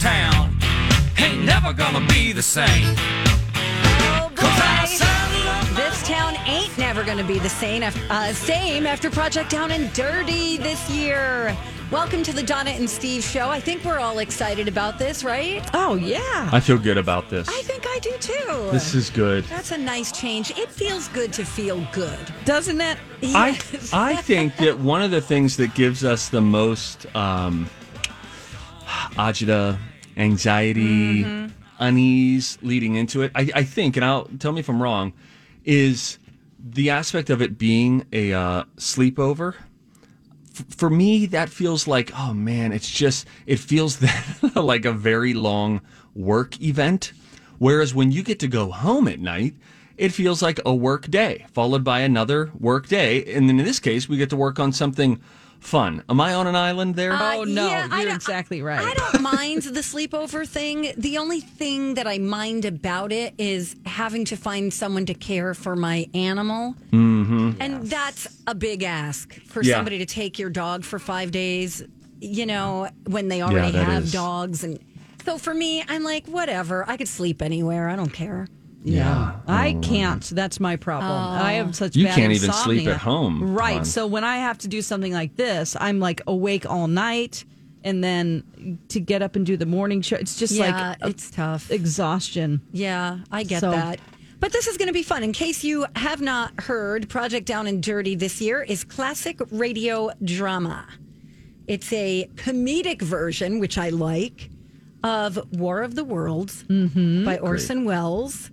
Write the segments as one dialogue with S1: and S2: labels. S1: town ain't never gonna be the same.
S2: Oh,
S1: 'Cause I
S2: boy.
S1: saddle up my
S2: This town ain't never going to be the same, af- uh, same after Project Down and Dirty this year. Welcome to the Donna and Steve show. I think we're all excited about this, right?
S3: Oh yeah.
S4: I feel good about this.
S2: I think I do too.
S4: This is good.
S2: That's a nice change. It feels good to feel good.
S3: Doesn't it?
S4: I
S2: Yes.
S4: I think that one of the things that gives us the most um, agita, anxiety, unease leading into it, I, I think, and I'll tell me if I'm wrong, is the aspect of it being a uh, sleepover. F- For me, that feels like, oh man, it's just, it feels that like a very long work event. Whereas when you get to go home at night, it feels like a work day followed by another work day. And then in this case, we get to work on something fun. Am I on an island there?
S3: Oh no,
S2: Uh, yeah, I
S3: you're
S2: don't-
S3: exactly
S2: I
S3: right.
S2: don't mind the sleepover thing. The only thing that I mind about it is having to find someone to care for my animal. Mm-hmm. And that's a big ask for
S4: Yeah.
S2: somebody to take your dog for five days, you know, when they already
S4: that
S2: have
S4: is-
S2: dogs. And so for me, I'm like, whatever. I could sleep anywhere. I don't care.
S3: yeah. I can't. That's my problem. I
S2: Oh.
S3: have such
S4: Oh, You
S3: bad
S4: can't even
S3: insomnia.
S4: sleep at home,
S3: Right.
S4: Dawn.
S3: So when I have to do something like this, I'm like awake all night and then to get up and do the morning show, it's just
S2: yeah,
S3: like
S2: it's tough.
S3: exhaustion.
S2: Yeah, I get
S3: So-
S2: that. But this is going to be fun. In case you have not heard, Project Down and Dirty this year is classic radio drama. It's a comedic version, which I like, of War of the Worlds by Orson Welles.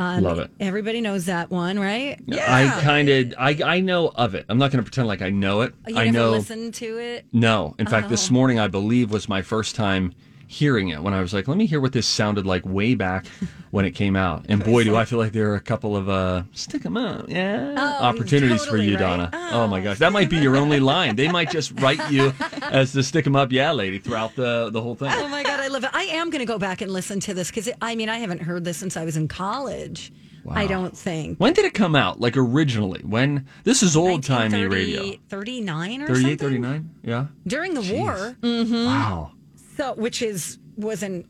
S2: Um,
S4: Love it.
S2: Everybody knows that one, right?
S4: I kind of I I know of it. I'm not going to pretend like I know it.
S2: Oh, You
S4: I
S2: never
S4: know
S2: listened to it. Oh
S4: no. In fact, this morning I believe was my first time hearing it when I was like, let me hear what this sounded like way back when it came out. And boy, do I feel like there are a couple of uh stick 'em up, yeah, opportunities
S2: Oh, totally
S4: for you,
S2: right.
S4: Donna. Oh. my gosh, that might be your only line. They might just write you as the stick 'em up, yeah, lady throughout the the whole thing.
S2: Oh my god, I love it. I am going to go back and listen to this because I mean I haven't heard this since I was in college. I don't think.
S4: When did it come out? Like originally? When this is old timey radio.
S2: 39 or
S4: 38,
S2: something? Hmm?
S4: 39? Yeah.
S2: During the war,
S4: Wow.
S2: so which is was a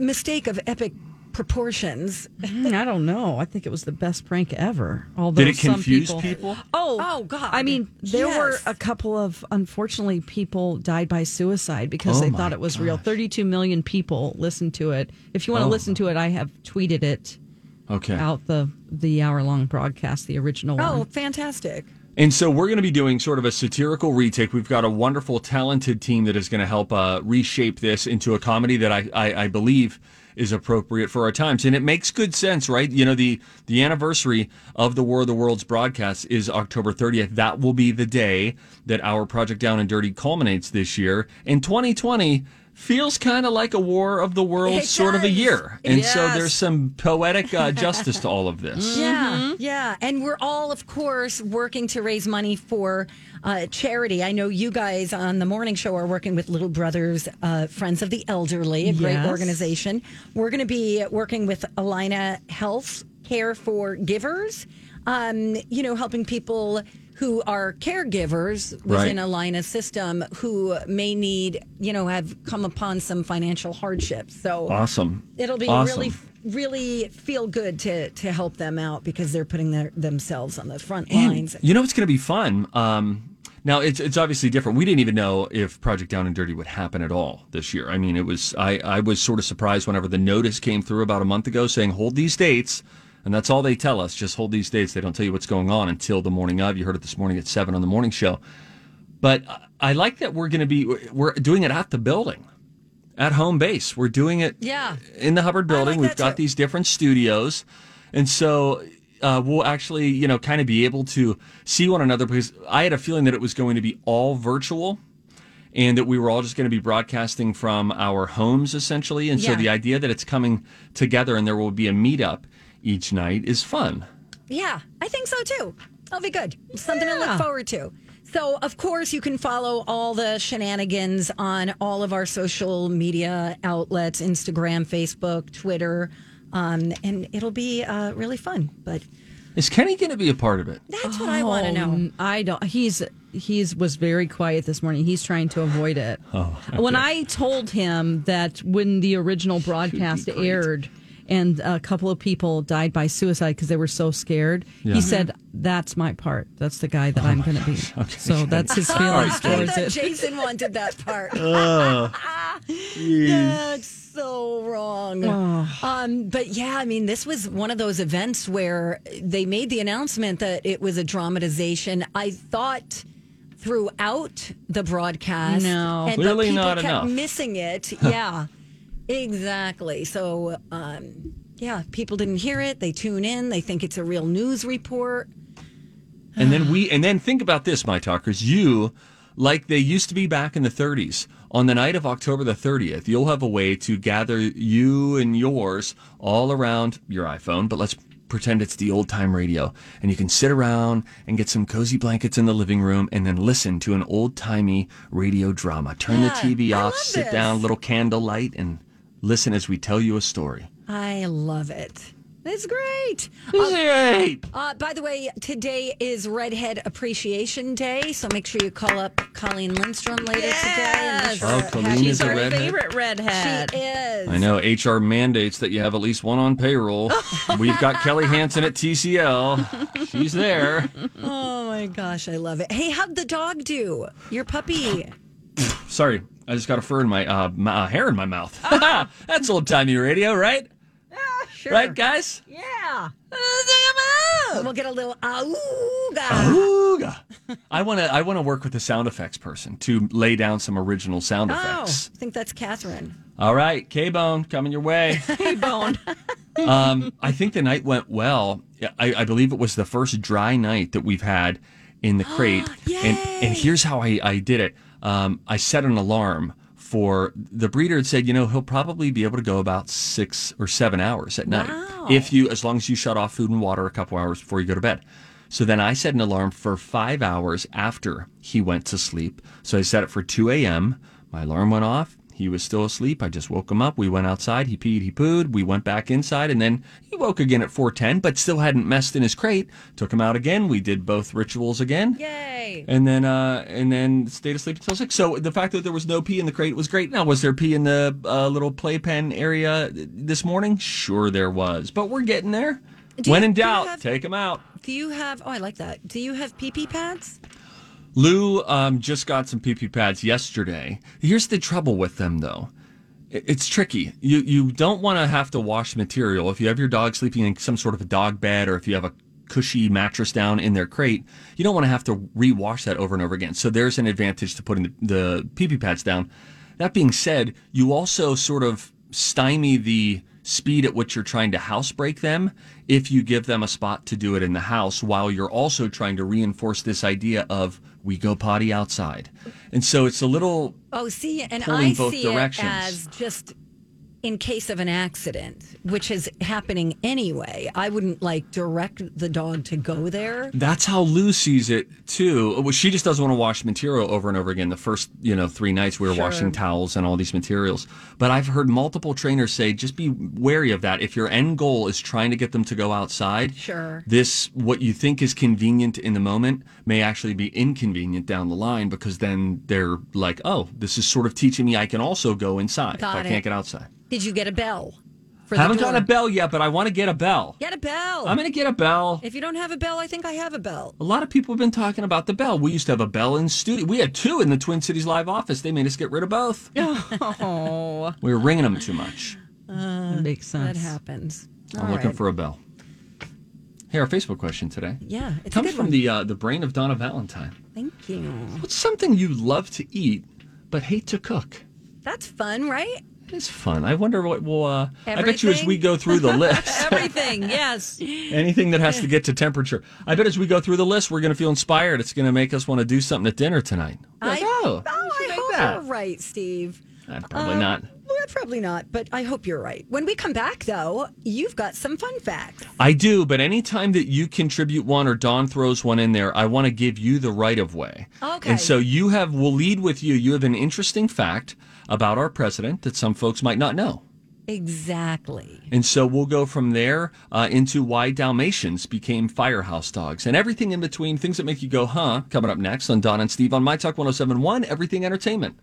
S2: mistake of epic proportions.
S3: Mm, I don't know. I think it was the best prank ever. Although
S4: Did it
S3: some
S4: confuse
S3: people,
S4: people?
S3: Oh,
S2: Oh, God.
S3: I mean, there were
S2: Yes.
S3: a couple of unfortunately people died by suicide because
S4: Oh,
S3: they
S4: my
S3: thought it was real.
S4: gosh.
S3: 32 million people listened to it. If you want to
S4: Oh.
S3: listen to it, I have tweeted it
S4: Okay.
S3: out the the hour long broadcast, the original
S2: Oh,
S3: one.
S2: fantastic.
S4: And so we're going to be doing sort of a satirical retake. We've got a wonderful, talented team that is going to help uh, reshape this into a comedy that I, I, I believe is appropriate for our times. And it makes good sense, right? You know, the, the anniversary of the War of the Worlds broadcast is October 30th. That will be the day that our Project Down and Dirty culminates this year. And 2020 feels kind of like a War of the Worlds
S2: It
S4: sort of a
S2: does.
S4: year. And so
S3: Yes.
S4: there's some poetic uh, justice to all of
S2: Mm.
S4: this.
S2: Yeah, yeah. And we're all, of course, working to raise money for uh, charity. I know you guys on the morning show are working with Little Brothers uh, Friends of the Elderly, a great
S3: Yes.
S2: organization. We're going to be working with Alina Health Care for Givers, um, you know, helping people who are caregivers within
S4: Right.
S2: Alina system who may need, you know, have come upon some financial hardships. So
S4: Awesome.
S2: It'll be
S4: Awesome.
S2: really, really feel good to to help them out because they're putting their, themselves on the front
S4: And
S2: lines.
S4: You know what's going to be fun? Um, Now it's it's obviously different. We didn't even know if Project Down and Dirty would happen at all this year. I mean, it was I I was sort of surprised whenever the notice came through about a month ago saying hold these dates, and that's all they tell us. Just hold these dates. They don't tell you what's going on until the morning of. You heard it this morning at seven on the morning show. But I- I like that we're going to be we're doing it at the building, at home base. We're doing it
S2: Yeah.
S4: in the Hubbard building.
S2: like
S4: We've
S2: that
S4: got
S2: too.
S4: these different studios, and so uh, we'll actually, you know, kind of be able to see one another because I had a feeling that it was going to be all virtual, and that we were all just going to be broadcasting from our homes essentially. And so
S2: Yeah.
S4: the idea that it's coming together and there will be a meetup each night is fun.
S2: Yeah, I think so too. That'll be good. Something to
S3: Yeah.
S2: look forward to. So, of course, you can follow all the shenanigans on all of our social media outlets Instagram, Facebook, Twitter. Um, and it'll be uh, really fun. But
S4: Is Kenny going to be a part of it?
S2: that's what I want to
S3: Oh,
S2: know.
S3: n- I don't. He's he's was very quiet this morning. He's trying to avoid it. Oh, when I told him that when the original broadcast
S4: great.
S3: aired and a couple of people died by suicide because they were so scared,
S4: Yeah. Oh
S3: he said, "That's my part. That's the guy that I'm going to be." So that's his feelings
S2: I
S3: towards
S2: thought
S3: it.
S2: Jason wanted that part.
S4: Uh,
S2: That's so wrong. Um, but yeah, I mean, this was one of those events where they made the announcement that it was a dramatization. I thought throughout the broadcast,
S3: No.
S2: and but
S4: Clearly
S2: people
S4: not
S2: kept
S4: enough.
S2: missing it. Yeah, exactly. So, um, yeah, people didn't hear it. They tune in. They think it's a real news report.
S4: And then we and then think about this, my talkers. You, like they used to be back in the 30s, on the night of October the 30th, you'll have a way to gather you and yours all around your iPhone, but let's pretend it's the old time radio. And you can sit around and get some cozy blankets in the living room and then listen to an old timey radio drama. Turn
S2: Yeah,
S4: the TV
S2: I
S4: off,
S2: love
S4: sit
S2: this.
S4: down, little candlelight, and listen as we tell you a story.
S2: I love it. It's great.
S4: Great!
S2: Uh, by the way, today is Redhead Appreciation Day, so make sure you call up Colleen Lindstrom later today.
S4: Oh,
S2: And
S4: Colleen
S2: Happy
S4: is a
S2: birthday.
S4: redhead.
S3: redhead.
S2: She is.
S4: I know HR mandates that you have at least one on payroll. We've got Kelly Hansen at TCL. She's there.
S2: Oh my gosh, I love it. Hey, how'd the dog do? Your puppy.
S4: Sorry, I just got a fur in my uh, m- uh, hair in my mouth. That's old timey radio, right?
S2: Oh. Sure.
S4: Right, guys?
S2: Yeah. Oh, We'll get a little auga.
S4: Ooga. I want to. I want to work with the sound effects person to lay down some original sound
S2: Oh, I
S4: effects.
S2: think that's Catherine.
S4: All right, K Bone, coming your way.
S3: Hey, Bone.
S4: um, I think the night went well. I, I believe it was the first dry night that we've had in the crate. and, and here's how I, I did it um, I set an alarm for the breeder had said, you know, he'll probably be able to go about six or seven hours at night if you, as long as you shut off food and water a couple hours before you go to bed. So then I set an alarm for five hours after he went to sleep. So I set it for 2 a.m. My alarm went off. He was still asleep. I just woke him up. We went outside. He peed. He pooed. We went back inside, and then he woke again at 4:10, but still hadn't messed in his crate. Took him out again. We did both rituals again.
S2: Yay.
S4: And then, uh, and then stayed asleep until six. So the fact that there was no pee in the crate was great. Now, was there pee in the uh, little playpen area this morning? Sure, there was. But we're getting there.
S2: Do
S4: when
S2: you-
S4: in
S2: do you
S4: doubt,
S2: have-
S4: take him out.
S2: Do you have, oh, I like that. Do you have pee pee pads?
S4: Lou um, just got some PP pads yesterday. Here's the trouble with them, though. I- It's tricky. You you don't want to have to wash material if you have your dog sleeping in some sort of a dog bed or if you have a cushy mattress down in their crate. You don't want to have to rewash that over and over again. So there's an advantage to putting the, the PP pads down. That being said, you also sort of stymie the speed at which you're trying to housebreak them if you give them a spot to do it in the house while you're also trying to reinforce this idea of we go potty outside. And so it's a little
S2: Oh, see, and
S4: Mm-hmm. Pulling
S2: I
S4: both
S2: see
S4: directions.
S2: it as just in case of an accident, which is happening anyway. I wouldn't like direct the dog to go there.
S4: That's how Lou sees it too. Well, she just doesn't want to wash material over and over again. The first, you know, three nights we were washing towels and all these materials. But I've heard multiple trainers say just be wary of that. If your end goal is trying to get them to go outside,
S2: Sure.
S4: This what you think is convenient in the moment may actually be inconvenient down the line because then they're like, "Oh, this is sort of teaching me I can also go inside
S2: Got
S4: if I
S2: it.
S4: can't get outside."
S2: Did you get a bell? for
S4: Haven't
S2: the tour.
S4: got a bell yet, but I want to get a bell.
S2: Get a bell.
S4: I'm going to get a bell.
S2: if you don't have a bell, I think I have a bell.
S4: A lot of people have been talking about the bell. We used to have a bell in studio. We had two in the Twin Cities live office. They made us get rid of both.
S3: Oh,
S4: We were ringing them too much.
S3: that makes
S2: That
S3: sense.
S2: happens. All
S4: I'm looking
S2: right.
S4: for a bell. Hey, our Facebook question today
S2: Yeah, it's a
S4: comes
S2: good
S4: from
S2: one.
S4: the uh, the brain of Donna Valentine.
S2: Thank you.
S4: What's something you love to eat but hate to cook?
S2: That's fun, right?
S4: It's fun. I wonder what will. Uh, I bet you as
S2: Everything?
S4: we go through the list,
S3: Everything, yes.
S4: anything that has to get to temperature. I bet as we go through the list, we're going to feel inspired. It's going to make us want to do something at dinner tonight.
S2: I,
S4: Like, oh,
S2: oh, I
S4: should make
S2: hope
S4: that.
S2: you're right, Steve.
S4: Uh, probably not.
S2: Well, probably not, but I hope you're right. When we come back, though, you've got some fun facts.
S4: I do, but anytime that you contribute one or Don throws one in there, I want to give you the right of way.
S2: Okay.
S4: And so you have, we'll lead with you. You have an interesting fact about our president that some folks might not know.
S2: Exactly.
S4: And so we'll go from there uh, into why Dalmatians became firehouse dogs and everything in between, things that make you go, huh? Coming up next on Don and Steve on My Talk 1071, Everything Entertainment.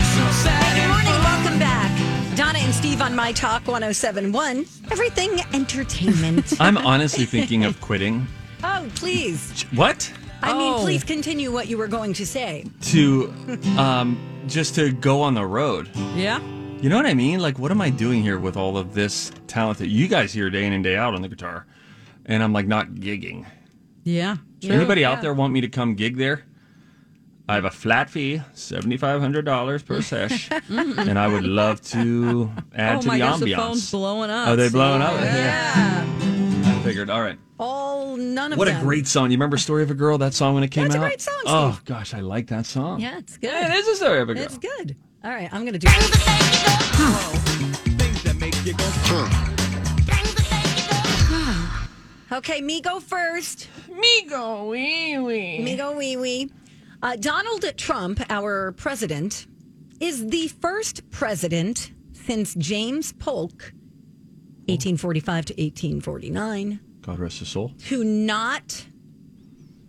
S2: Good morning. Welcome back. Donna and Steve on My Talk 1071, Everything Entertainment.
S4: I'm honestly thinking of quitting.
S2: oh, please.
S4: What?
S2: I mean,
S3: Oh.
S2: please continue what you were going to say.
S4: To um, just to go on the road.
S3: Yeah.
S4: You know what I mean? Like, what am I doing here with all of this talent that you guys hear day in and day out on the guitar? And I'm like, not gigging.
S3: Yeah.
S4: So anybody out there want me to come gig there? I have a flat fee, $7,500 per sesh, and I would love to add
S3: oh
S4: to
S3: my
S4: the
S3: gosh, the phone's
S4: ambiance.
S3: blowing up.
S4: Are they
S3: Steve.
S4: blowing up?
S3: Yeah.
S4: I figured, all right.
S2: All none of
S4: What a
S2: them.
S4: great song. You remember Story of a Girl, that song when it came
S2: That's a
S4: out?
S2: great song,
S4: Oh, gosh, I like that song.
S2: Yeah, it's good.
S4: It is a story of a girl.
S2: It's good. All right, I'm going to do it. Okay, me go first. Me go wee wee. Uh, Donald Trump, our president, is the first president since James Polk, 1845 to 1849,
S4: God rest his soul.
S2: to not.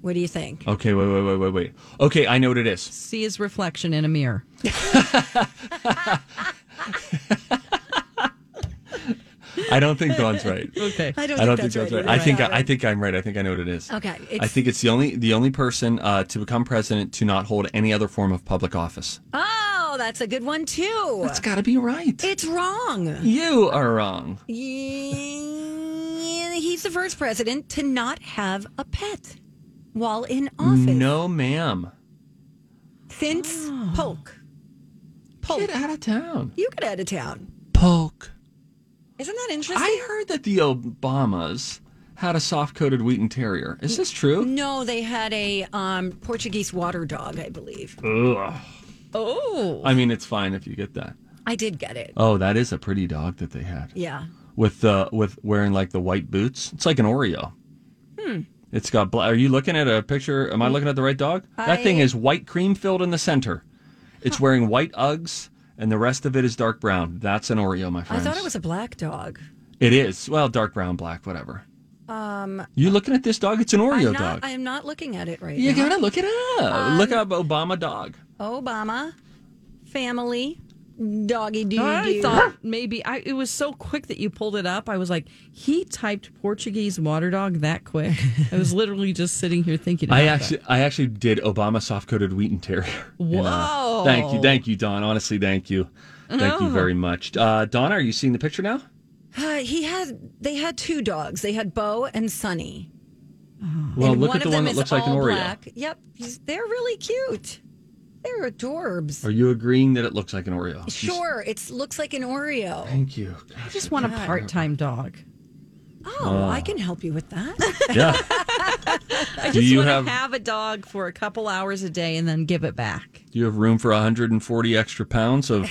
S2: What do you think?
S4: Okay, wait, wait, wait, wait, wait. Okay, I know what it is.
S3: See his reflection in a mirror.
S4: I don't think Dawn's right.
S3: Okay.
S2: I don't,
S4: I don't
S2: think, that's right.
S4: I
S2: either.
S4: think I, I think I'm right. I think I know what it is.
S2: Okay,
S4: I
S2: it's-
S4: think it's the only the only person uh, to become president to not hold any other form of public office.
S2: Oh, that's a good one too.
S4: That's got to be right.
S2: It's wrong.
S4: you are wrong.
S2: Yeah, He's the first president to not have a pet while in office
S4: No, ma'am.
S2: since Polk. Polk.
S4: Get out of town.
S2: You get out of town.
S4: Polk.
S2: Isn't that interesting?
S4: I heard that the Obamas had a soft-coated wheaten terrier. Is this true?
S2: no, they had a um, Portuguese water dog, I believe.
S3: Oh.
S4: I mean, it's fine if you get that.
S2: I did get it.
S4: Oh, that is a pretty dog that they had.
S2: Yeah.
S4: with uh, with wearing like the white boots. It's like an Oreo.
S2: Hmm.
S4: It's got black. Are you looking at a picture? Am I looking at the right dog? That thing is white cream filled in the center. It's wearing white Uggs, and the rest of it is dark brown. That's an Oreo, my
S2: I
S4: friends.
S2: thought it was a black dog.
S4: It is. Well, dark brown, black, whatever. Um, you looking at this dog? It's an Oreo
S2: I'm not,
S4: dog.
S2: I am not looking at it right
S4: you
S2: now.
S4: gotta look it up. look up Obama dog.
S2: Obama, family, doggy doo
S3: I
S2: doo.
S3: thought maybe I it was so quick that you pulled it up. I was like, he typed Portuguese water dog that quick. I was literally just sitting here thinking. About
S4: I actually, I actually did Obama soft coated wheaten terrier. Whoa! thank you, thank you, Don. Honestly, thank you, thank you very much. Uh, Donna, are you seeing the picture now?
S2: Uh, he had. They had two dogs. They had Bo and Sunny.
S4: Well,
S2: and
S4: Oh,
S2: one
S4: look at
S2: of
S4: the
S2: them
S4: one that
S2: is
S4: looks like an
S2: all
S4: Oreo.
S2: Black. Yep, he's- they're really cute. They're adorbs.
S4: Are you agreeing that it looks like an Oreo? You-
S2: Sure, it looks like an Oreo.
S4: Thank you.
S3: I just want a part-time dog.
S2: Oh,
S4: Uh.
S2: I can help you with that.
S4: Yeah.
S3: I
S4: Do
S3: just
S4: you
S3: want
S4: have-
S3: to have a dog for a couple hours a day and then give it back.
S4: Do you have room for 140 extra pounds of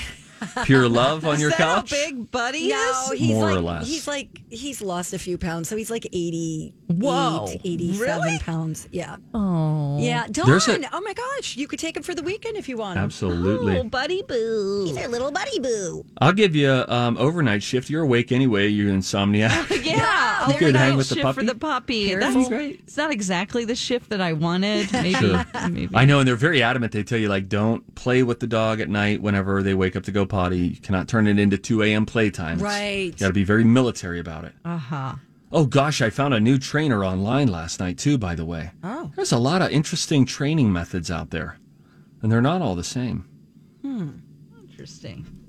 S4: pure love on your
S3: Is that
S4: couch?
S3: how big Buddy
S2: No,
S3: is?
S2: he's
S4: More or
S2: like
S4: less.
S2: he's like he's lost a few pounds, so he's like 80
S3: Whoa,
S2: 87
S3: really?
S2: pounds. Yeah. Oh. Yeah, Don.
S4: There's a-
S2: oh my gosh, you could take him for the weekend if you want.
S4: Absolutely.
S3: Oh, Buddy Boo.
S2: He's our little buddy boo.
S4: I'll give you um, overnight shift. You're awake anyway. You're insomniac.
S3: Yeah. oh,
S4: could hang with the
S3: shift for
S4: puppy?
S3: the puppy.
S2: Careful.
S3: That's
S4: Right.
S3: It's not exactly the shift that I wanted. Maybe,
S4: Sure.
S3: maybe.
S4: I know, and they're very adamant. They tell you like, don't play with the dog at night. Whenever they wake up to go potty, you cannot turn it into two a.m. playtime.
S2: Right.
S4: Got to be very military about it. Uh huh. Oh gosh, I found a new trainer online last night too. By the way, oh, there's a lot of interesting training methods out there, and they're not all the same.
S3: Interesting.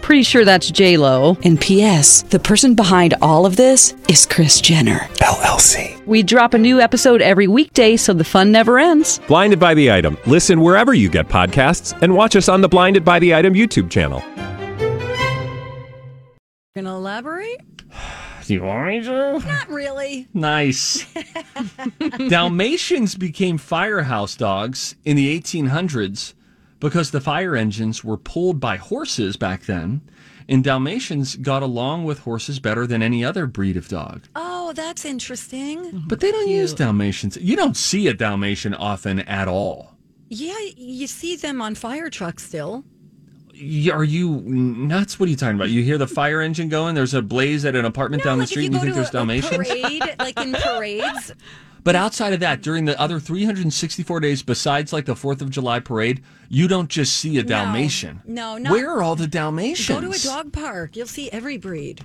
S3: Pretty sure that's J Lo.
S5: And P.S. The person behind all of this is Chris Jenner.
S6: LLC.
S3: We drop a new episode every weekday, so the fun never ends.
S6: Blinded by the Item. Listen wherever you get podcasts and watch us on the Blinded by the Item YouTube channel.
S2: Going to elaborate?
S4: Do you want me to?
S2: Not really.
S4: Nice. Dalmatians became firehouse dogs in the 1800s because the fire engines were pulled by horses back then, and Dalmatians got along with horses better than any other breed of dog.
S2: Oh, that's interesting.
S4: But they don't use Dalmatians. You don't see a Dalmatian often at all.
S2: Yeah, you see them on fire trucks still.
S4: Y- Are you nuts? What are you talking about? You hear the fire engine going, there's a blaze at an apartment down the
S2: like
S4: street,
S2: if
S4: and
S2: you
S4: you
S2: go
S4: think
S2: to
S4: there's
S2: a, a
S4: Dalmatians?
S2: parade, like in parades,
S4: But outside of that, during the other 364 days, besides like the 4th of July parade, you don't just see a Dalmatian.
S2: No, not-
S4: Where are all the Dalmatians?
S2: go to a dog park. You'll see every breed.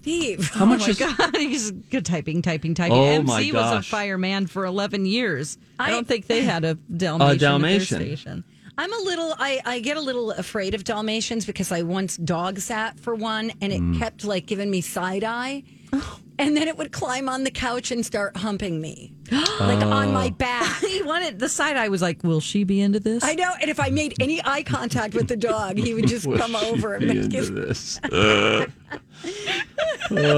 S2: Steve. Oh
S4: How much is.
S3: Oh He's good typing, typing, typing.
S4: Oh,
S3: MC
S4: my
S3: was a
S4: gosh.
S3: fireman for 11 years. I,
S2: I-
S3: don't think they had a Dalmatian,
S4: Dalmatian.
S3: At their station.
S2: I'm a little, I, I get a little afraid of Dalmatians because I once dog sat for one and it
S4: Mm.
S2: kept like giving me side eye. And then it would climb on the couch and start humping me, like on my
S4: Oh.
S2: back.
S3: He wanted the side eye was like, will she be into this?
S2: I know. And if I made any eye contact with the dog, he would just
S4: Will
S2: come
S4: she
S2: over and
S4: be
S2: make
S4: into
S2: his.
S4: this.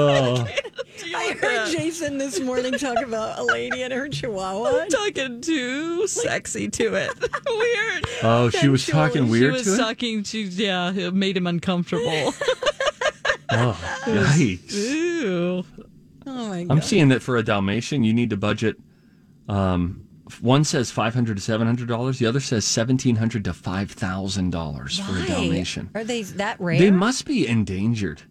S2: I heard Jason this morning talk about a lady and her chihuahua.
S3: talking too sexy to it. Weird.
S4: Oh, she was
S3: Sensually.
S4: talking weird
S3: She was
S4: to it?
S3: talking to yeah, it made him uncomfortable.
S4: Oh, yikes.
S3: Ew.
S2: Oh my
S4: I'm seeing that for a Dalmatian, you need to budget. Um, one says 500 to $700, the other says 1700 to $5,000 for a Dalmatian.
S2: Are they that rare?
S4: They must be endangered.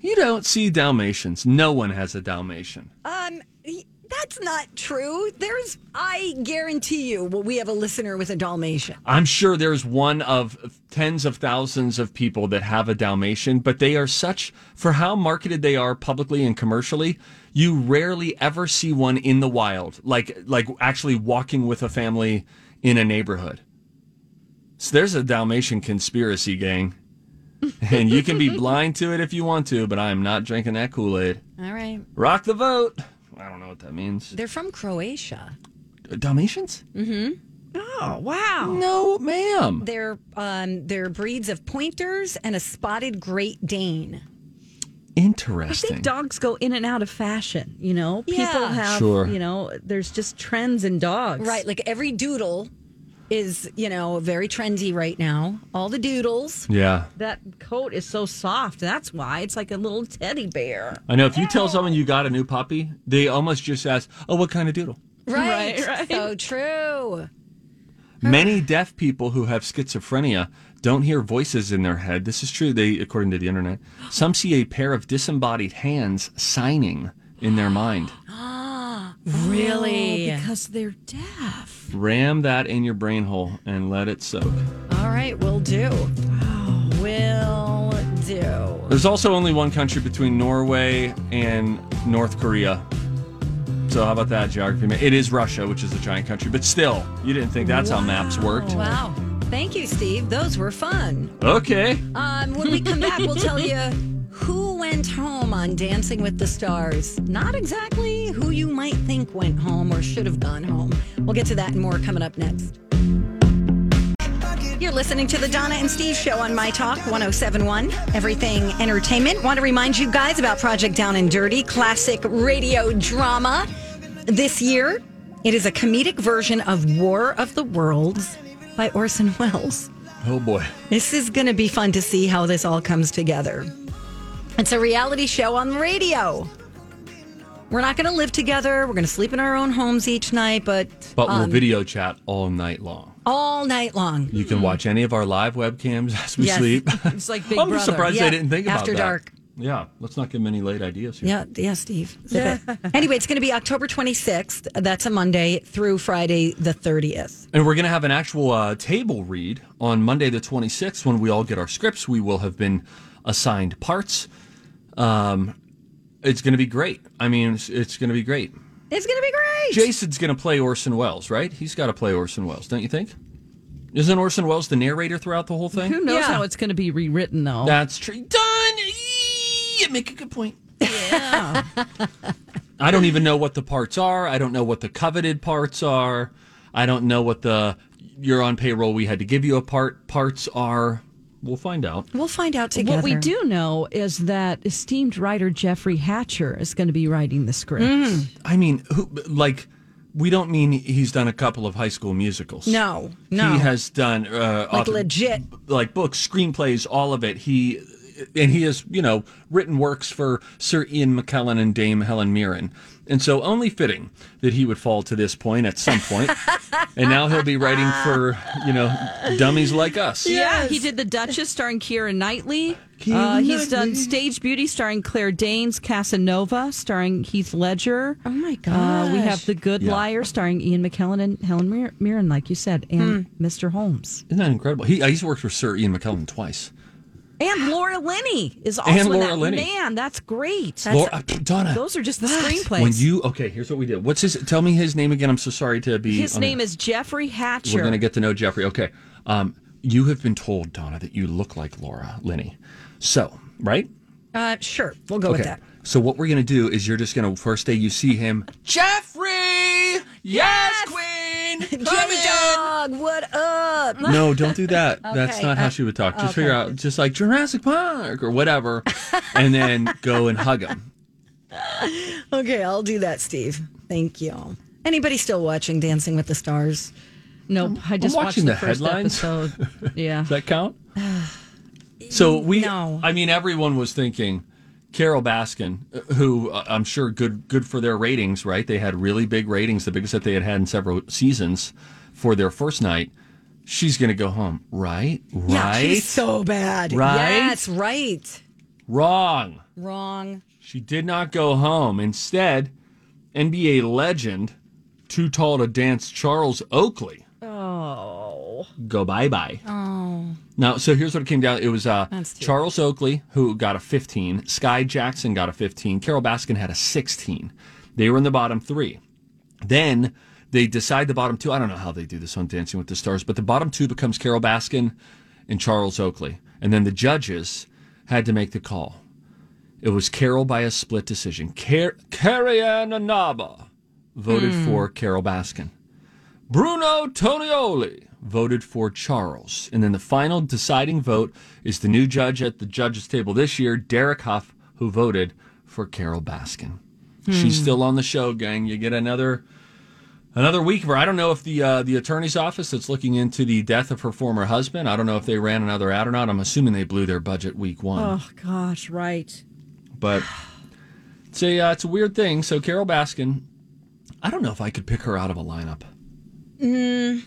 S4: You don't see Dalmatians. No one has a Dalmatian.
S2: Um, y- that's not true. There's, I guarantee you, well, we have a listener with a Dalmatian.
S4: I'm sure there's one of tens of thousands of people that have a Dalmatian, but they are such, for how marketed they are publicly and commercially, you rarely ever see one in the wild, like, like actually walking with a family in a neighborhood. So there's a Dalmatian conspiracy gang. and you can be blind to it if you want to, but I am not drinking that Kool Aid.
S2: All right.
S4: Rock the vote. I don't know what that means.
S2: They're from Croatia.
S4: Dalmatians?
S3: Oh wow.
S4: No, ma'am.
S2: They're, um, they're breeds of pointers and a spotted Great Dane.
S3: I
S4: Interesting.
S3: think dogs go in and out of fashion. You know, people
S2: Yeah.
S3: have
S4: Sure.
S3: you know, there's just trends in dogs.
S2: Right. Like every doodle is, you know, very trendy right now. All the doodles.
S4: yeah.
S3: That coat is so soft. That's why it's like a little teddy bear.
S4: I know if you tell someone you got a new puppy, they almost just ask, "Oh, what kind of doodle?"
S2: Right.
S3: Right, right.
S2: So true.
S4: Many deaf people who have schizophrenia don't hear voices in their head. This is true. They, according to the internet, some see a pair of disembodied hands signing in their mind.
S2: Really?
S3: Because they're deaf.
S4: Ram that in your brain hole and let it soak.
S2: All right. Will do. Will do.
S4: There's also only one country between Norway and North Korea. So how about that geography? ma- It is Russia, which is a giant country, but still, you didn't think that's how maps worked.
S2: Wow. Thank you, Steve. Those were fun.
S4: Okay.
S2: Um, when we come back, we'll tell you Who went home on Dancing with the Stars? Not exactly who you might think went home or should have gone home. We'll get to that and more coming up next. You're listening to the Donna and Steve show on My Talk 1071, Everything Entertainment. Want to remind you guys about Project Down and Dirty, classic radio drama. This year, it is a comedic version of War of the Worlds by Orson Welles.
S4: Oh boy.
S2: This is going to be fun to see how this all comes together. It's a reality show on the radio. We're not going to live together. We're going to sleep in our own homes each night, but
S4: But we'll
S2: Um,
S4: video chat all night long.
S2: all night long.
S4: You can watch any of our live webcams as we
S2: Yes.
S4: sleep.
S3: It's like Big
S4: I'm
S3: Brother.
S4: just surprised
S2: Yeah,
S4: they didn't think
S2: after
S4: about that.
S2: dark.
S4: Yeah, let's not give them any late ideas here.
S2: Yeah, yeah, Steve. Zip it. anyway, it's going to be October 26th. That's a Monday through Friday the 30th.
S4: And we're going to have an actual uh, table read on Monday the 26th when we all get our scripts. We will have been assigned parts. Um, it's going to be great. I mean, it's, it's going to be great.
S2: It's going to be great.
S4: Jason's going to play Orson Welles, right? He's got to play Orson Welles, don't you think? Isn't Orson Welles the narrator throughout the whole thing?
S3: Who knows
S2: Yeah.
S3: how it's going to be rewritten, though?
S4: That's true. Done. You make a good point. Yeah. I don't even know what the parts are. I don't know what the coveted parts are. I don't know what the you're on payroll. We had to give you a part. Parts are. We'll find out.
S2: We'll find out together.
S3: What we do know is that esteemed writer Jeffrey Hatcher is going to be writing the script.
S4: I mean, who, like, we don't mean he's done a couple of high school musicals.
S2: No, no.
S4: He has done uh,
S2: Like
S4: author-
S2: legit.
S4: like books, screenplays, all of it. He and he has, you know, written works for Sir Ian McKellen and Dame Helen Mirren. And so only fitting that he would fall to this point at some point. and now he'll be writing for, you know, dummies like us.
S3: Yeah, he did The Duchess starring Keira Knightley. Uh, he's done Stage Beauty starring Claire Danes, Casanova starring Heath Ledger. Oh my god! we have The Good Liar starring Ian McKellen and Helen Mir- Mirren, like you said, and Mr. Holmes.
S4: Isn't that incredible? He, he's worked for Sir Ian McKellen twice.
S3: And Laura Linney is also
S4: And
S3: in
S4: Laura
S3: that.
S4: Linney.
S3: Man, that's great.
S4: Laura, Donna.
S3: Those are just the screenplays.
S4: When you okay, here's what we did. What's his? Tell me his name again. I'm so sorry to be.
S3: His
S4: on
S3: name
S4: the-
S3: is Jeffrey Hatcher.
S4: We're gonna get to know Jeffrey. Okay. Um, you have been told, Donna, that you look like Laura Linney. So right?
S2: Uh, sure, we'll go with that.
S4: So what we're gonna do is you're just gonna first day you see him, Jeffrey. Yes, Queen. Come
S2: Jimmy
S4: in.
S2: Dog, what up?
S4: No, don't do that. That's
S2: Uh, Okay,
S4: not how
S2: uh,
S4: she would talk. Just figure out, just like Jurassic Park or whatever, and then go and hug him.
S2: Okay, I'll do that, Steve. Thank you. Anybody still watching Dancing with the Stars?
S3: Nope, I just watched
S4: watching
S3: the,
S4: the
S3: first
S4: headlines.
S3: episode. Yeah.
S4: Does that count? so we,
S2: No.
S4: I mean, everyone was thinking Carol Baskin, uh, who uh, I'm sure good good for their ratings, right? They had really big ratings, the biggest that they had had in several seasons for their first night. She's going to go home, right? Right?
S2: Yeah, she's so bad.
S4: Right?
S2: Yes, right.
S4: Wrong.
S2: Wrong.
S4: She did not go home. Instead, NBA legend, too tall to dance, Charles Oakley. Oh. Go bye bye. Oh. Now, so here's what it came down. It was uh, Charles Oakley who got a 15. Sky Jackson got a 15. Carol Baskin had a 16. They were in the bottom three. Then they decide the bottom two. I don't know how they do this on Dancing with the Stars, but the bottom two becomes Carol Baskin and Charles Oakley. And then the judges had to make the call. It was Carol by a split decision. Car- Carrie Ann Naba voted for Carol Baskin. Bruno Tonioli voted for Charles. And then the final deciding vote is the new judge at the judges' table this year, Derek Huff, who voted for Carol Baskin. She's
S3: Hmm.
S4: still on the show, gang. You get another another week of her. I don't know if the uh, the attorney's office that's looking into the death of her former husband. I don't know if they ran another ad or not. I'm assuming they blew their budget week one
S3: Oh gosh, right.
S4: but it's a uh, it's a weird thing. So Carol Baskin, I don't know if I could pick her out of a lineup.
S3: Hmm.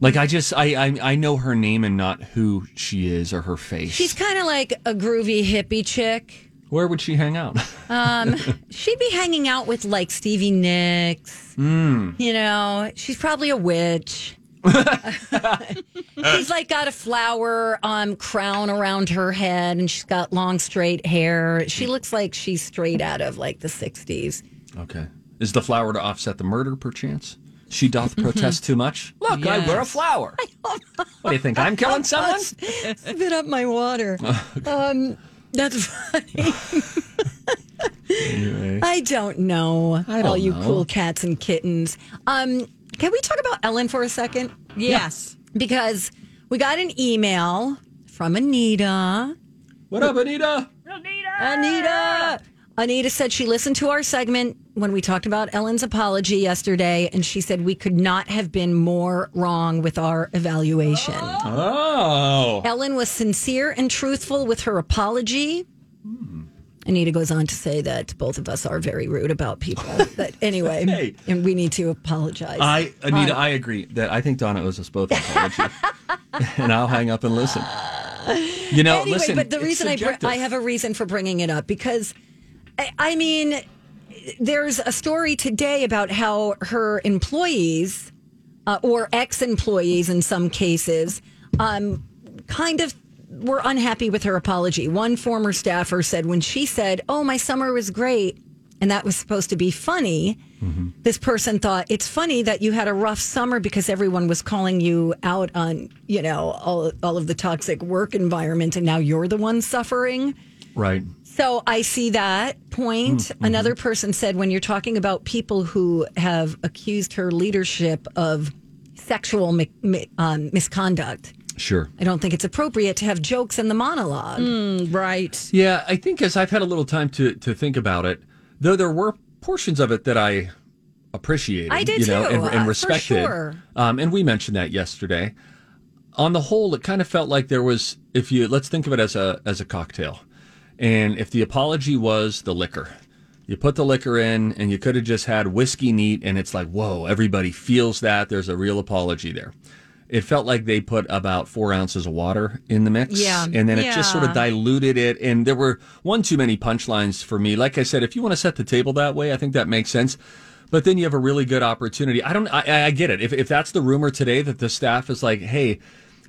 S4: Like I just I, I I know her name and not who she is or her face.
S2: She's kind of like a groovy hippie chick.
S4: Where would she hang out?
S2: She'd be hanging out with like Stevie Nicks. You know, she's probably a witch. she's like got a flower um, crown around her head and she's got long straight hair. She looks like she's straight out of like the 60s.
S4: okay, is the flower to offset the murder, perchance? She doth
S2: Mm-hmm.
S4: protest too much. Look, I wear a flower. What do you think? I'm killing someone?
S2: Spit up my water. Um, That's funny. I don't know. all you cool cats and kittens. Um, can we talk about Ellen for a second?
S3: Yes.
S2: Because we got an email from Anita.
S4: What up, Anita?
S2: Anita. Anita said she listened to our segment when we talked about Ellen's apology yesterday, and she said we could not have been more wrong with our evaluation.
S4: Oh.
S2: Ellen was sincere and truthful with her apology.
S4: Hmm.
S2: Anita goes on to say that both of us are very rude about people. But anyway,
S4: Hey.
S2: and we need to apologize.
S4: I Anita, I agree that I think Donna owes us both an apology, and I'll hang up and listen. You know,
S2: anyway,
S4: listen.
S2: but the
S4: it's
S2: reason I, br-
S4: subjective.
S2: I have a reason for bringing it up because I, I mean, there's a story today about how her employees uh, or ex employees in some cases um, kind of were unhappy with her apology. One former staffer said when she said, Oh, my summer was great, and that was supposed to be funny. This person thought it's funny that you had a rough summer because everyone was calling you out on, you know, all, all of the toxic work environment, and now you're the one suffering.
S4: right.
S2: So I see that point. Another person said when you're talking about people who have accused her leadership of sexual mi- mi- um, misconduct,
S4: Sure.
S2: I don't think it's appropriate to have jokes in the monologue.
S3: Right.
S4: Yeah, I think as I've had a little time to to think about it, though there were portions of it that I appreciated,
S2: I did
S4: you know,
S2: too,
S4: and,
S2: uh,
S4: and
S2: for
S4: respected.
S2: sure.
S4: Um, and we mentioned that yesterday. On the whole, it kind of felt like there was, if you let's think of it as a as a cocktail, and if the apology was the liquor, you put the liquor in, and you could have just had whiskey neat, and it's like, whoa, everybody feels that. There's a real apology there. It felt like they put about four ounces of water in the mix,
S2: Yeah.
S4: and then it just sort of
S3: Yeah.
S4: diluted it and there were one too many punchlines for me like i said if you want to set the table that way i think that makes sense but then you have a really good opportunity i don't i, I get it if, if that's the rumor today that the staff is like hey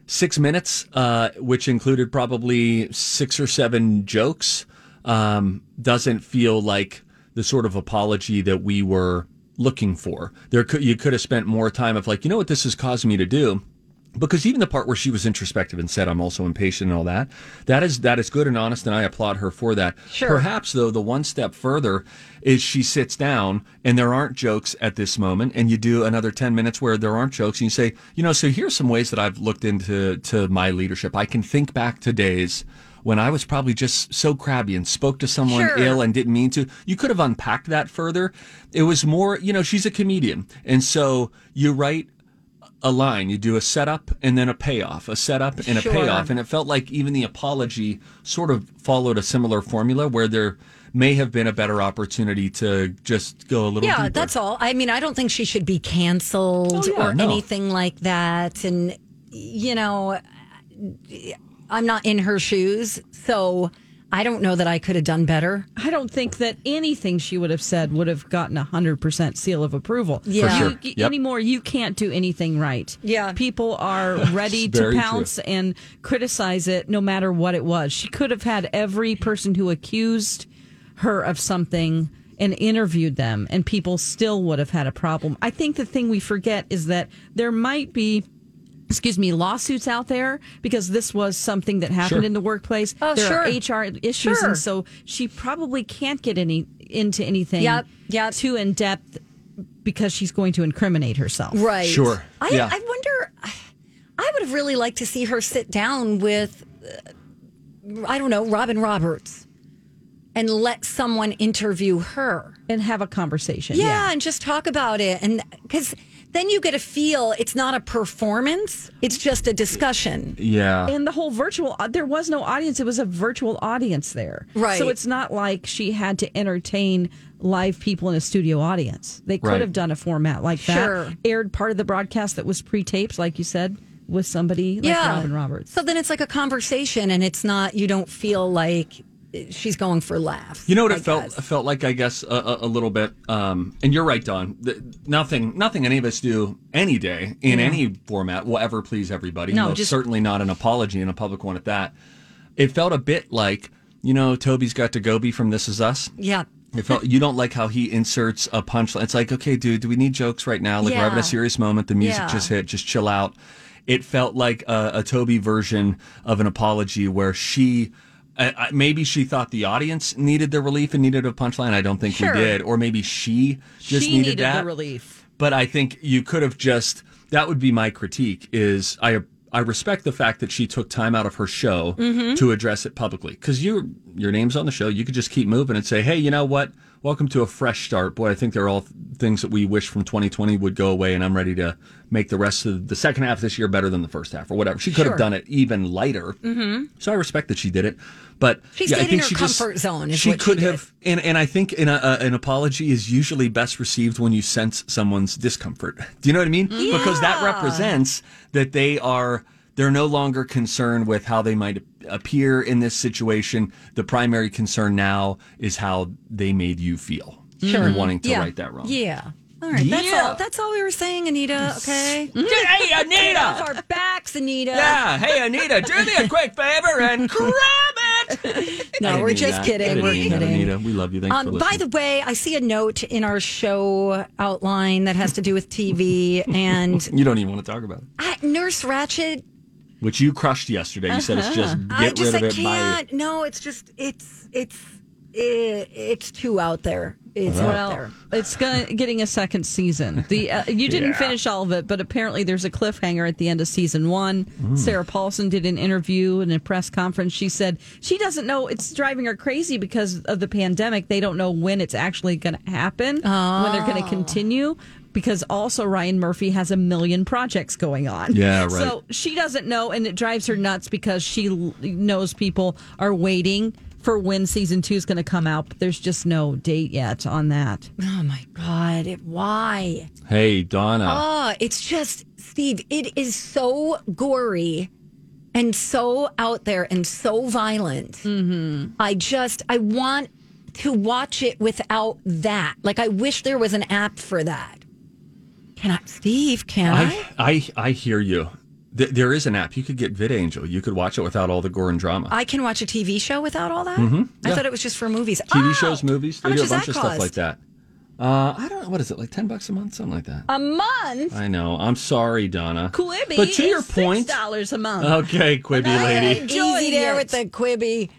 S4: six minutes uh, which included probably six or seven jokes um, doesn't feel like the sort of apology that we were looking for there could you could have spent more time of like you know what this has caused me to do because even the part where she was introspective and said i'm also impatient and all that that is that is good and honest and i applaud her for that sure. perhaps though the one step further is she sits down and there aren't jokes at this moment and you do another 10 minutes where there aren't jokes and you say you know so here's some ways that i've looked into to my leadership i can think back to days when I was probably just so crabby and spoke to someone
S2: Sure.
S4: ill and didn't mean to. You could have unpacked that further. It was more, you know, she's a comedian. And so you write a line. You do a setup and then a payoff, a setup and a
S2: Sure.
S4: payoff. And it felt like even the apology sort of followed a similar formula where there may have been a better opportunity to just go a little
S2: Yeah,
S4: deeper.
S2: that's all. I mean, I don't think she should be canceled
S4: Oh, yeah,
S2: or
S4: no.
S2: anything like that. And, you know, I'm not in her shoes. So I don't know that I could have done better.
S3: I don't think that anything she would have said would have gotten a hundred percent seal of approval.
S2: Yeah. For
S4: sure.
S3: You-
S4: Yep.
S3: Anymore, you can't do anything right.
S2: Yeah.
S3: People are ready
S4: It's
S3: to
S4: very
S3: pounce and criticize it, no matter what it was. She could have had every person who accused her of something and interviewed them, and people still would have had a problem. I think the thing we forget is that there might be. Excuse me, lawsuits out there because this was something that happened
S4: Sure.
S3: in the workplace.
S2: Oh,
S3: there are
S2: sure.
S3: HR issues,
S2: Sure.
S3: and so she probably can't get any into anything
S2: Yep, yep.
S3: too in depth because she's going to incriminate herself.
S2: Right.
S4: Sure.
S2: I,
S4: Yeah.
S2: I wonder, I would have really liked to see her sit down with, uh, I don't know, Robin Roberts and let someone interview her.
S3: And have a conversation.
S2: Yeah, and just talk about it. And because then you get a feel it's not a performance, it's just a discussion.
S4: yeah.
S3: And the whole virtual, uh, there was no audience. It was a virtual audience there.
S2: Right.
S3: So it's not like she had to entertain live people in a studio audience. They could
S4: Right.
S3: have done a format like
S2: Sure.
S3: that. Aired part of the broadcast that was pre taped, like you said, with somebody like
S2: yeah.
S3: Robin Roberts.
S2: So then it's like a conversation and it's not, you don't feel like she's going for laughs.
S4: You know what
S2: I
S4: it felt
S2: guess.
S4: felt like, I guess, a, a, a little bit. Um, and you're right, Don. The, nothing, nothing any of us do any day in any format will ever please everybody.
S3: No,
S4: Most
S3: just-
S4: certainly not an apology and a public one at that. It felt a bit like, you know, Toby's got to Gobi from This Is Us.
S2: Yeah.
S4: It felt you don't like how he inserts a punchline. It's like, okay, dude, do we need jokes right now? Like we're having
S2: Yeah.
S4: a serious moment. The music
S2: Yeah.
S4: just hit. Just chill out. It felt like a, a Toby version of an apology where she. I, I, maybe she thought the audience needed the relief and needed a punchline. I don't think
S3: Sure.
S4: we did, or maybe she just
S3: she
S4: needed,
S3: needed
S4: that
S3: the relief.
S4: but I think you could have just that would be my critique is I I respect the fact that she took time out of her show
S2: Mm-hmm.
S4: to address it publicly cuz you your name's on the show you could just keep moving and say hey you know what welcome to a fresh start boy I think they're all things that we wish from 2020 would go away and I'm ready to make the rest of the second half of this year better than the first half or whatever she could have done it even lighter mm-hmm. so I respect that she did it but
S2: She
S4: yeah, I
S2: stayed in
S4: think
S2: her
S4: she
S2: comfort
S4: just,
S2: zone is
S4: she
S2: what she
S4: could
S2: did.
S4: have and and I think in a, a, an apology is usually best received when you sense someone's discomfort. Do you know what I mean?
S2: Mm-hmm.
S4: Because that represents that they are they're no longer concerned with how they might appear in this situation. The primary concern now is how they made you feel. Sure. And wanting to
S2: yeah.
S4: right that wrong.
S2: Yeah. All right. That's all. That's all we were saying, Anita. Okay.
S4: Hey
S2: Off
S4: Anita.
S2: our backs, Anita.
S4: Yeah, hey Anita, do me a quick favor and grab it. I
S2: No,
S4: didn't
S2: we're
S4: mean
S2: just
S4: that. I
S2: kidding.
S4: didn't
S2: We're
S4: mean that,
S2: kidding.
S4: Anita, we love you. Thanks for
S2: Um,
S4: listening.
S2: by the way, I see a note in our show outline that has to do with TV and
S4: you don't even want to talk about it.
S2: I, Nurse Ratchet.
S4: which you crushed yesterday. You said it's just get
S2: Uh-huh. I just
S4: rid
S2: I
S4: of it by.
S2: can't. No, it's just it's it's it, it's too out there. It's out
S3: Well,
S2: there.
S3: it's gonna getting a second season. The uh, you didn't finish all of it, but apparently there's a cliffhanger at the end of season one.
S4: Mm.
S3: Sarah Paulson did an interview in a press conference. She said she doesn't know. It's driving her crazy because of the pandemic. They don't know when it's actually going to happen. When they're
S4: Oh.
S3: going to continue. Because also Ryan Murphy has a million projects going on.
S4: Yeah, right.
S3: So she doesn't know, and it drives her nuts because she l- knows people are waiting for when season two is going to come out, but there's just no date yet on that.
S2: Oh my god! It, why?
S4: Hey, Donna.
S2: Ah, it's just Steve. It is so gory and so out there and so violent. Mm-hmm. I just I want to watch it without that. Like I wish there was an app for that. Can I, Steve? Can I?
S4: I, I I hear you. Th- there is an app you could get VidAngel. You could watch it without all the gore and drama.
S2: I can watch a TV show without all that.
S4: Mm-hmm.
S2: I thought it was just for movies.
S4: TV
S2: Oh!
S4: shows, movies.
S2: How
S4: They
S2: much
S4: do a
S2: does
S4: bunch
S2: that
S4: of
S2: cost?
S4: stuff like that. Uh, I don't know. What is it? Like ten bucks a month, something like that.
S3: A month?
S4: I know. I'm sorry, Donna.
S3: Quibi
S4: But to
S3: is
S4: your point.
S3: $6 a month.
S4: Okay, Quibby lady.
S2: Easy
S3: Enjoyed
S2: there
S3: it.
S2: with the quibby.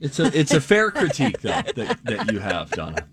S4: It's a it's a fair critique though that, that you have, Donna.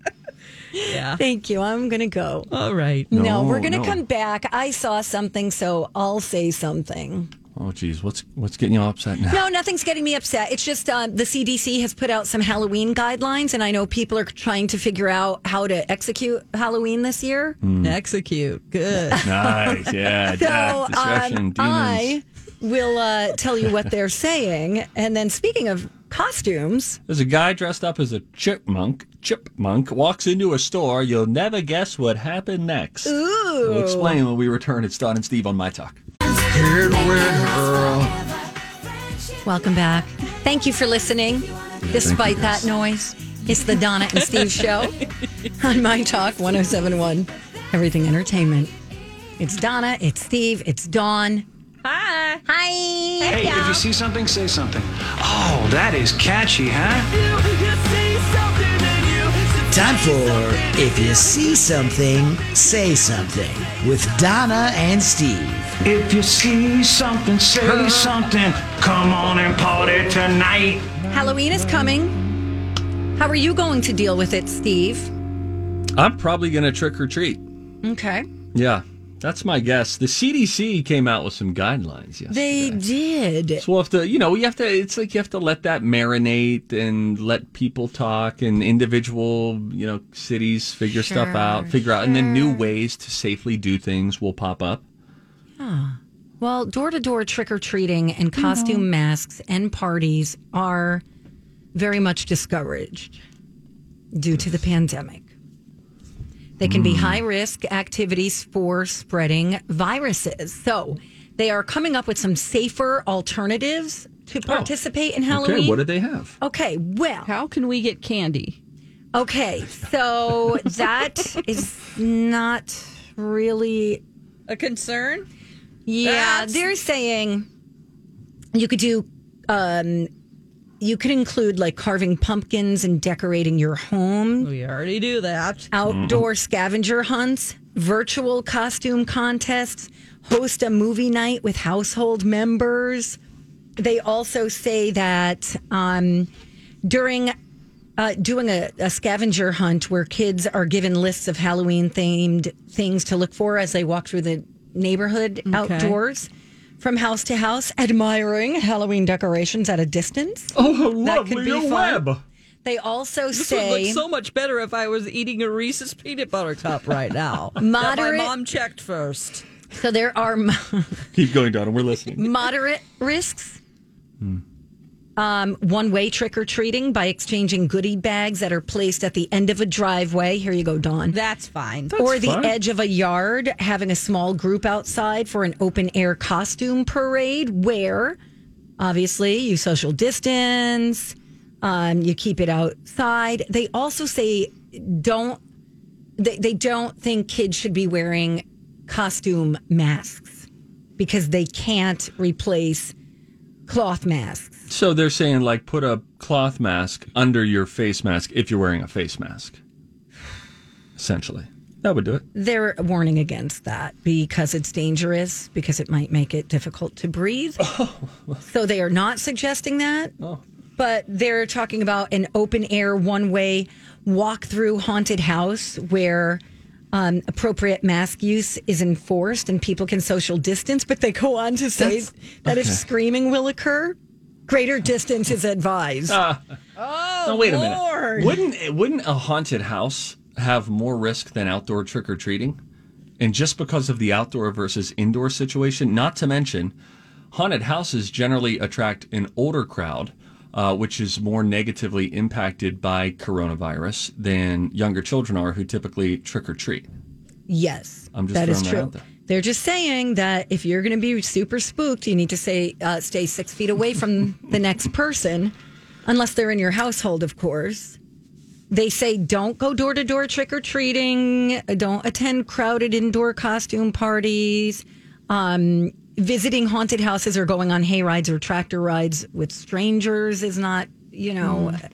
S3: yeah.
S2: Thank you. I'm gonna go.
S3: All right.
S2: No,
S4: No,
S2: we're gonna
S4: no.
S2: come back. I saw something, so I'll say something.
S4: Oh geez, what's what's getting you all upset now?
S2: No, nothing's getting me upset. It's just um, the CDC has put out some Halloween guidelines, and I know people are trying to figure out how to execute Halloween this year.
S4: Mm.
S3: Execute. Good.
S4: Nice, yeah.
S2: So
S4: death, destruction,
S2: um,
S4: Ah,
S2: I
S4: demons.
S2: will uh, tell you what they're saying. And then, speaking of costumes,
S4: There's a guy dressed up as a chipmunk. Chipmunk walks into a store. You'll never guess what happened next. Ooh. We'll explain when we return. It's Don and Steve on My Talk.
S2: welcome back. Thank you for listening, despite that
S4: guys.
S2: noise. It's the Donna and Steve show on My Talk 1071, Everything Entertainment. It's Donna, it's Steve, it's Dawn. Hi. Hi.
S7: Hey, if you see something, say something. Oh, that is catchy, huh?
S8: Time for If You See Something, Say Something with Donna and Steve.
S7: If you see something, say something. Come on and party tonight.
S2: Halloween is coming. How are you going to deal with it, Steve?
S4: I'm probably going to trick or treat.
S2: Okay.
S4: Yeah, that's my guess. The CDC came out with some guidelines yesterday.
S2: They did.
S4: So we'll have to, you know, you have to, it's like you have to let that marinate and let people talk and individual, you know, cities figure stuff out, figure out, and then new ways to safely do things will pop up.
S2: Well, door to door trick or treating and
S4: Mm-hmm.
S2: costume masks and parties are very much discouraged due to the pandemic. They can
S4: Mm.
S2: be high risk activities for spreading viruses. So they are coming up with some safer alternatives to participate in Halloween.
S4: Oh. Okay, what do they have?
S2: okay, well.
S3: How can we get candy?
S2: Okay, so that is not really.
S3: A concern?
S2: Yeah,
S3: That's-
S2: they're saying you could do. Um, you could include like carving pumpkins and decorating your home,
S3: We already do that. Mm-hmm.
S2: outdoor scavenger hunts, virtual costume contests, host a movie night with household members. They also say that um, during uh, doing a, a scavenger hunt where kids are given lists of Halloween themed things to look for as they walk through the neighborhood outdoors from house to house, admiring Halloween decorations at a distance.
S3: Oh,
S2: That could be fun. They also
S3: This
S2: say
S3: would look so much better if I was eating a Reese's peanut butter cup right now. That
S2: Moderate-
S3: my mom checked first.
S2: so there are mo-
S4: Keep going, Donna. We're listening.
S2: moderate risks. Um, one way trick or treating by exchanging goodie bags that are placed at the end of a driveway. Here you go, Dawn.
S3: That's fine.
S2: or the
S4: fun.
S2: edge of a yard, having a small group outside for an open air costume parade where obviously you social distance, um, you keep it outside. They also say don't, they, they don't think kids should be wearing costume masks because they can't replace cloth masks.
S4: So they're saying like put a cloth mask under your face mask if you're wearing a face mask. Essentially, that would do it.
S2: They're warning against that because it's dangerous, because it might make it difficult to breathe. So they are not suggesting that. But they're talking about an open air, one way walk through haunted house where um, appropriate mask use is enforced and people can social distance. But they go on to say that if screaming will occur, greater distance is advised.
S4: Oh, wait a minute. Wouldn't wouldn't a haunted house have more risk than outdoor trick or treating? And just because of the outdoor versus indoor situation, not to mention, haunted houses generally attract an older crowd, uh, which is more negatively impacted by coronavirus than younger children are, who typically trick or treat.
S2: Yes,
S4: I'm just
S2: that is
S4: throwing that
S2: true.
S4: out there.
S2: They're just saying that if you're going to be super spooked, you need to say uh, stay six feet away from the next person, unless they're in your household, of course. They say don't go door to door trick or treating, don't attend crowded indoor costume parties, um, visiting haunted houses or going on hay rides or tractor rides with strangers is not, you know,
S4: Mm.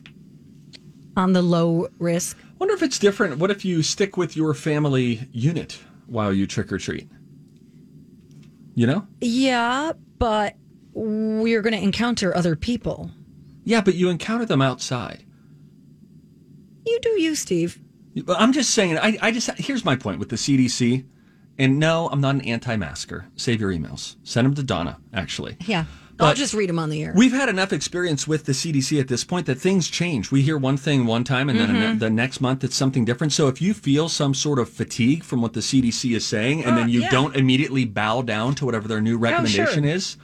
S2: on the low risk.
S4: Wonder if it's different. What if you stick with your family unit while you trick or treat? You know?
S2: Yeah, but we're going to encounter other people.
S4: Yeah, but you encounter them outside.
S2: You do you, Steve.
S4: But I'm just saying, I, I just, here's my point with the CDC. And no, I'm not an anti masker. Save your emails. Send them to Donna, actually.
S2: Yeah. I'll
S4: But-
S2: just read them on the air.
S4: We've had enough experience with the CDC at this point that things change. We hear one thing one time, and then
S3: Mm-hmm.
S4: the next month it's something different. So if you feel some sort of fatigue from what the CDC is saying, and
S3: Uh,
S4: then you don't immediately bow down to whatever their
S3: Oh,
S4: new recommendation is,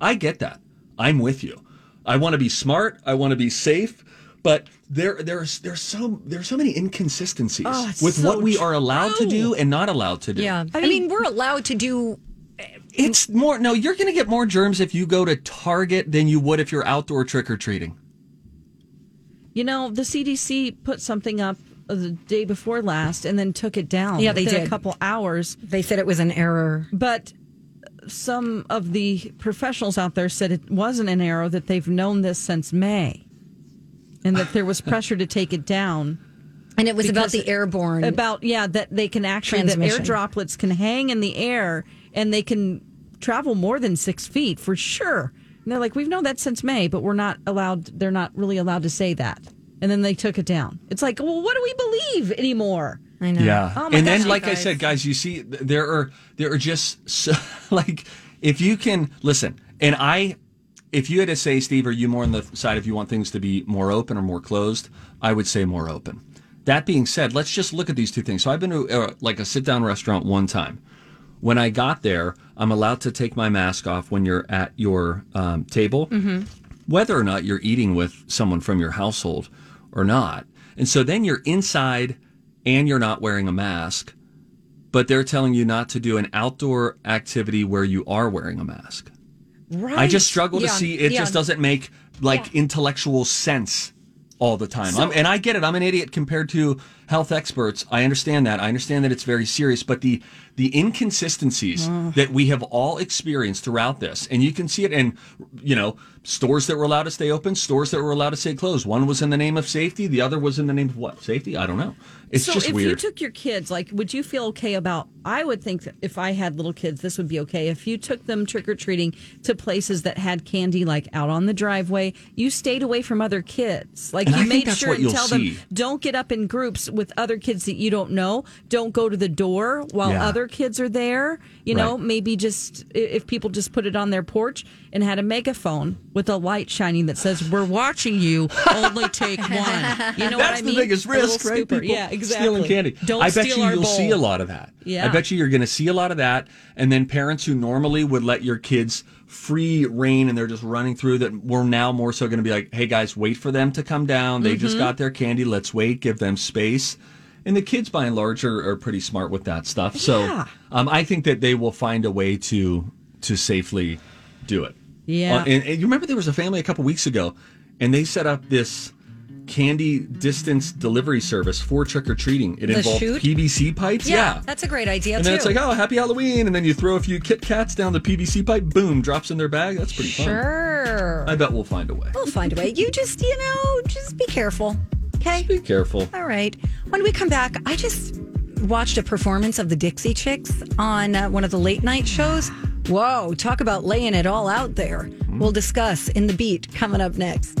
S4: I get that. I'm with you. I want to be smart. I want to be safe. But there, there's there's so there's so many inconsistencies
S3: Oh, it's
S4: with
S3: so
S4: what we are allowed to do and not allowed to do.
S2: yeah. I mean, we're allowed to do.
S4: It's more no, you're going to get more germs if you go to Target than you would if you're outdoor trick or treating.
S3: You know, the CDC put something up the day before last and then took it down.
S2: Yeah, they
S3: within
S2: did.
S3: a couple hours.
S2: They said it was an error.
S3: But some of the professionals out there said it wasn't an error that they've known this since May, and that there was pressure to take it down.
S2: And it was about
S3: Because
S2: the airborne.
S3: about yeah that they can actually that air
S2: Transmission.
S3: droplets can hang in the air and they can travel more than six feet for sure and they're like we've known that since may but we're not allowed they're not really allowed to say that and then they took it down it's like well what do we believe anymore
S2: I know.
S4: Yeah.
S3: Oh my
S4: and then,
S3: gosh, you
S4: like I
S3: guys.
S4: said, guys, you see, th- there are there are just so, like if you can listen, and I, if you had to say, Steve, are you more on the side if you want things to be more open or more closed? I would say more open. That being said, let's just look at these two things. So I've been to uh, like a sit down restaurant one time. When I got there, I'm allowed to take my mask off when you're at your um, table whether or not you're eating with someone from your household or not. And so then you're inside and you're not wearing a mask, but they're telling you not to do an outdoor activity where you are wearing a mask.
S2: Right.
S4: I just struggle
S2: Yeah,
S4: to see it
S2: yeah.
S4: just doesn't make like intellectual sense all the time. I'm, and I get it. I'm an idiot compared to health experts. I understand that. I understand that it's very serious, but the the inconsistencies
S3: Mm.
S4: that we have all experienced throughout this, and you can see it in you know stores that were allowed to stay open, stores that were allowed to stay closed. One was in the name of safety, the other was in the name of what safety? I don't know. It's
S3: so
S4: just
S3: if
S4: weird.
S3: you took your kids, like, would you feel okay about? I would think that if I had little kids, this would be okay. If you took them trick or treating to places that had candy, like out on the driveway, you stayed away from other kids. Like
S4: And I
S3: you
S4: think
S3: made
S4: that's
S3: sure
S4: what
S3: and
S4: you'll
S3: tell
S4: see.
S3: them don't get up in groups with other kids that you don't know. Don't go to the door while
S4: Yeah.
S3: other kids are there. You know,
S4: Right.
S3: maybe just i- if people just put it on their porch and had a megaphone with a light shining that says "We're watching you. Only take one." You know what
S4: That's
S3: I
S4: the
S3: mean?
S4: biggest
S3: A little
S4: risk, right?
S3: scooper.
S4: People
S3: Yeah, exactly.
S4: Stealing candy.
S3: Don't
S4: I bet
S3: steal
S4: you
S3: our
S4: you'll
S3: bowl.
S4: see a lot of that.
S3: Yeah.
S4: I bet you you're going to see a lot of that, and then parents who normally would let your kids free reign and they're just running through that we're now more so going to be like, hey guys, wait for them to come down. They just
S3: Mm-hmm.
S4: got their candy. Let's wait. Give them space. And the kids, by and large, are, are pretty smart with that stuff. So
S3: Yeah.
S4: um, I think that they will find a way to to safely do it.
S3: Yeah.
S4: Uh, and, and you remember there was a family a couple weeks ago, and they set up this candy distance delivery service for trick or treating. It
S2: Mm-hmm. The
S4: involved
S2: chute?
S4: PVC pipes. Yeah.
S2: Yeah, that's a great idea
S4: and
S2: too.
S4: then it's like, oh, happy Halloween. And then you throw a few Kit Kats down the PVC pipe, boom, drops in their bag. That's pretty fun.
S2: sure,
S4: I bet we'll find a way.
S2: we'll find a way. You just, you know, just be careful. Okay.
S4: Be careful.
S2: All right. When we come back, I just watched a performance of the Dixie Chicks on uh, one of the late night shows. Whoa, talk about laying it all out there. We'll discuss in the beat coming up next.